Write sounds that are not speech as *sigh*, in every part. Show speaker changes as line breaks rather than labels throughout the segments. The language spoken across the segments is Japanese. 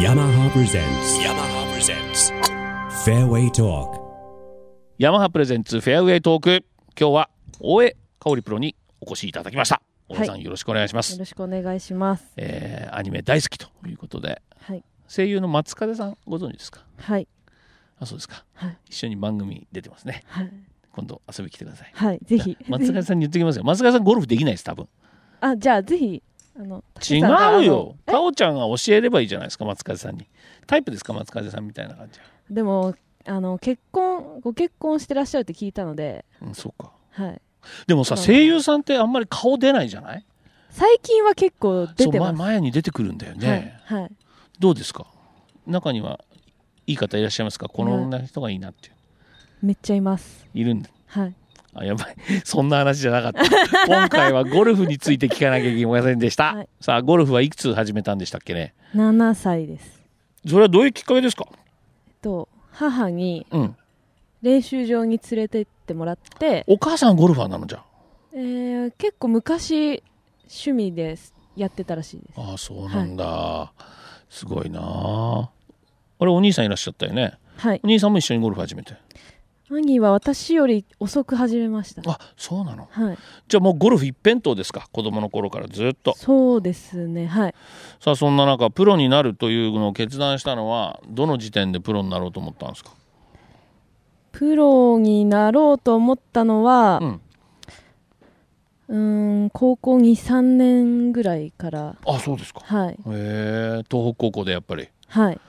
yamaha presents yamaha presents fairway talk
ヤマハプレゼンツフェアウェイトーク今日は大江香織プロにお越しいただきました大江さん、
はい
よろしくお願いしま
よ
す、
ろしくお願いします。
えーアニメ大好きということで
はい。
声優の松風さんご存知ですか
はい。
あそうですか、
はい
一緒に番組出てますね
はい。
今度遊び来てください
はい。ぜひ。
松
ぜ
風
ひ
さんに言ってきますよ松風さんゴルフできないです多分
あ、じゃあ、ぜひ。あの。竹
違
さんから
うよかおちゃんが教えればいいじゃないですか松風さんにタイプですか松風さんみたいな感じは、
あのでも、あの、結婚、ご結婚してらっしゃるって聞いたので。
うん、そうか
はい。
でもさ
そう
声優さんってあんまり顔出ないじゃない
最近は結構出て
そう
ま
前
す。
前に出てくるんだよね、
はい。はい。
どうですか中にはいい方いらっしゃいますかこの人がいいなっていう
めっちゃいます。
いるんだ
はい。
あやばい *laughs* そんな話じゃなか *laughs* った今回はゴルフについて聞かなきゃいけませんでした、
はい
さあゴルフはいくつ始めたんでしたっけね
七歳です。
それはどういうきっかけですか
えっと、母に
うん
練習場に連れてってもらって。
お母さんゴルファーなのじゃ
えー、結構昔。趣味です。やってたらしいです。
ああそうなんだ、すごいなああれお兄さんいらっしゃったよね
はい
お。兄さんも一緒にゴルフ始めて
兄は私より遅く始めました。
あそうなの
はい。
じゃあもうゴルフ一辺倒ですか子供の頃からずっと
そうですね。はい。
さあそんな中プロになるというのを決断したのはどの時点でプロになろうと思ったんですか、
プロになろうと思ったのは
う、ん、
うーん、高校2、3年ぐらいから、
あそうですかへ
はい、
え東北高校でやっぱり
はい。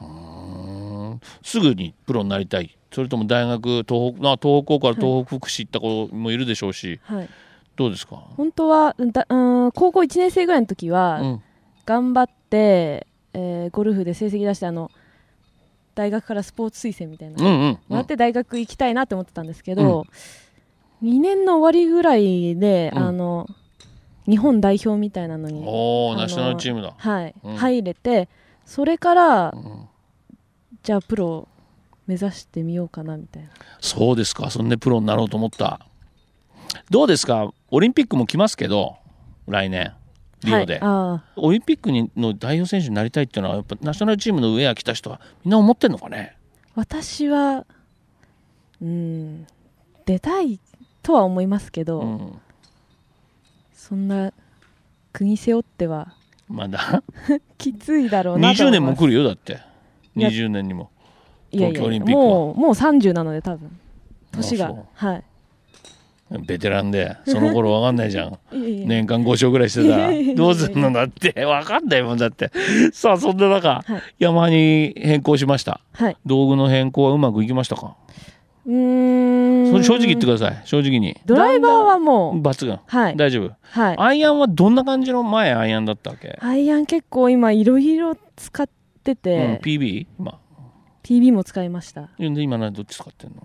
うーんすぐにプロになりたいそれとも大学東北あ東北高校から東北福祉行った子もいるでしょうし、
はい、
どうですか、
本当はだうーん高校1年生ぐらいの時は、
うん、
頑張って、えーゴルフで成績出してあの大学からスポーツ推薦みたいな
うんうんう
もら
ん
って大学行きたいなって思ってたんですけど、2年の終わりぐらいで、
うん
あの日本代表みたいなのに、
おお
あの
ナショナルチームだ、
はい
うん
入れてそれから、
うん
じゃあプロを目指してみようかなみたいな
そうですかそんでプロになろうと思ったどうですかオリンピックも来ますけど来年リオで、
はい、あ
オリンピックにの代表選手になりたいっていうのはやっぱナショナルチームのウェア着た人はみんな思ってんのかね
ー私はうん出たいとは思いますけど、
うん
そんな国背負っては
まだ
きついだろうなと
20
思い
年
ま
も
す
来るよだって
いや
20年にも
いやいや
東京オリンピックは
もうもう30なので多分年
あ
が
そう
はい
ベテランでその頃わかんないじ
*laughs*
ゃん
いやいや
年間5勝ぐらいして
いやいやい
た
や
どうすんのだってわかんないもんだってさあそんな中、
はい
山に変更しました
はい
道具の変更はうまくいきましたか
うーん
それ正直言ってください正直に
ドライバーはもう
抜群
はい
大丈夫、
はい
アイアンはどんな感じの前アイアンだったわけ、
アイアン結構今いろいろ使って
うん
て、、
PB 今
PB も使いました
で今何どっち使ってんの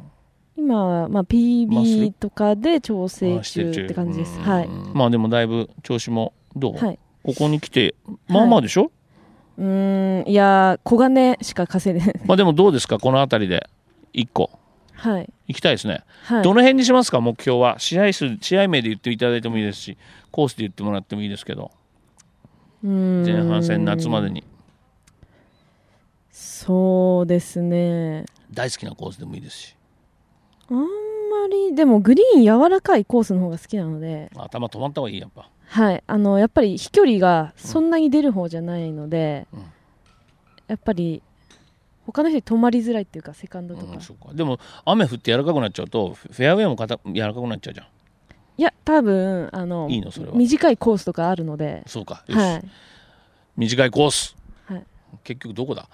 今は、
ま
まあ、
あする
PB とかで調整
あして
中
る
って感じです。
うん
はい。
まあでもだいぶ調子もどう、
はい。
ここに来てまあまあでしょ、
うーん、いやー、小金しか稼いでない。 *laughs*
まあでもどうですかこの辺りで1個
はい。
行きたいですね、
はい。
どの辺にしますか目標は試合数試合名で言っていただいてもいいですしコースで言ってもらってもいいですけど前
前
半戦夏まで
に。
に
そうですね。
大好きなコースでもいいですし
あんまり、でもグリーン柔らかいコースの方が好きなので、
頭止まった方がいいやっぱ
はい。あの、やっぱり飛距離がそんなに出る方じゃないので、
うん
やっぱり、他の人に止まりづらいっていうか、セカンドとか。
うん、そうかでも雨降って柔らかくなっちゃうとフェアウェイも硬く柔らかくなっちゃうじゃん
いや、多分、あの、
いいのそれは
短いコースとかあるので、
そうかよし、
はい。
短いコース、
はい
結局どこだ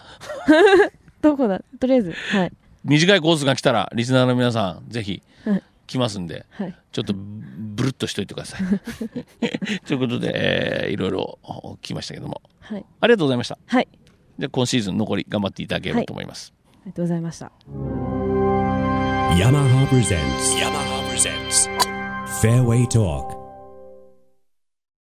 どこだとりあえず、はい。
短いコースが来たらリスナーの皆さんぜひ
はい
来ますんで
はい。
ちょっとブルッとしといてください。という *laughs* ことで、えーいろいろ聞きましたけども
はい。
ありがとうございました。
はい。
で今シーズン残り頑張っていただければと思います。
ありがとうございました。
yamaha presents yamaha presents fairway talk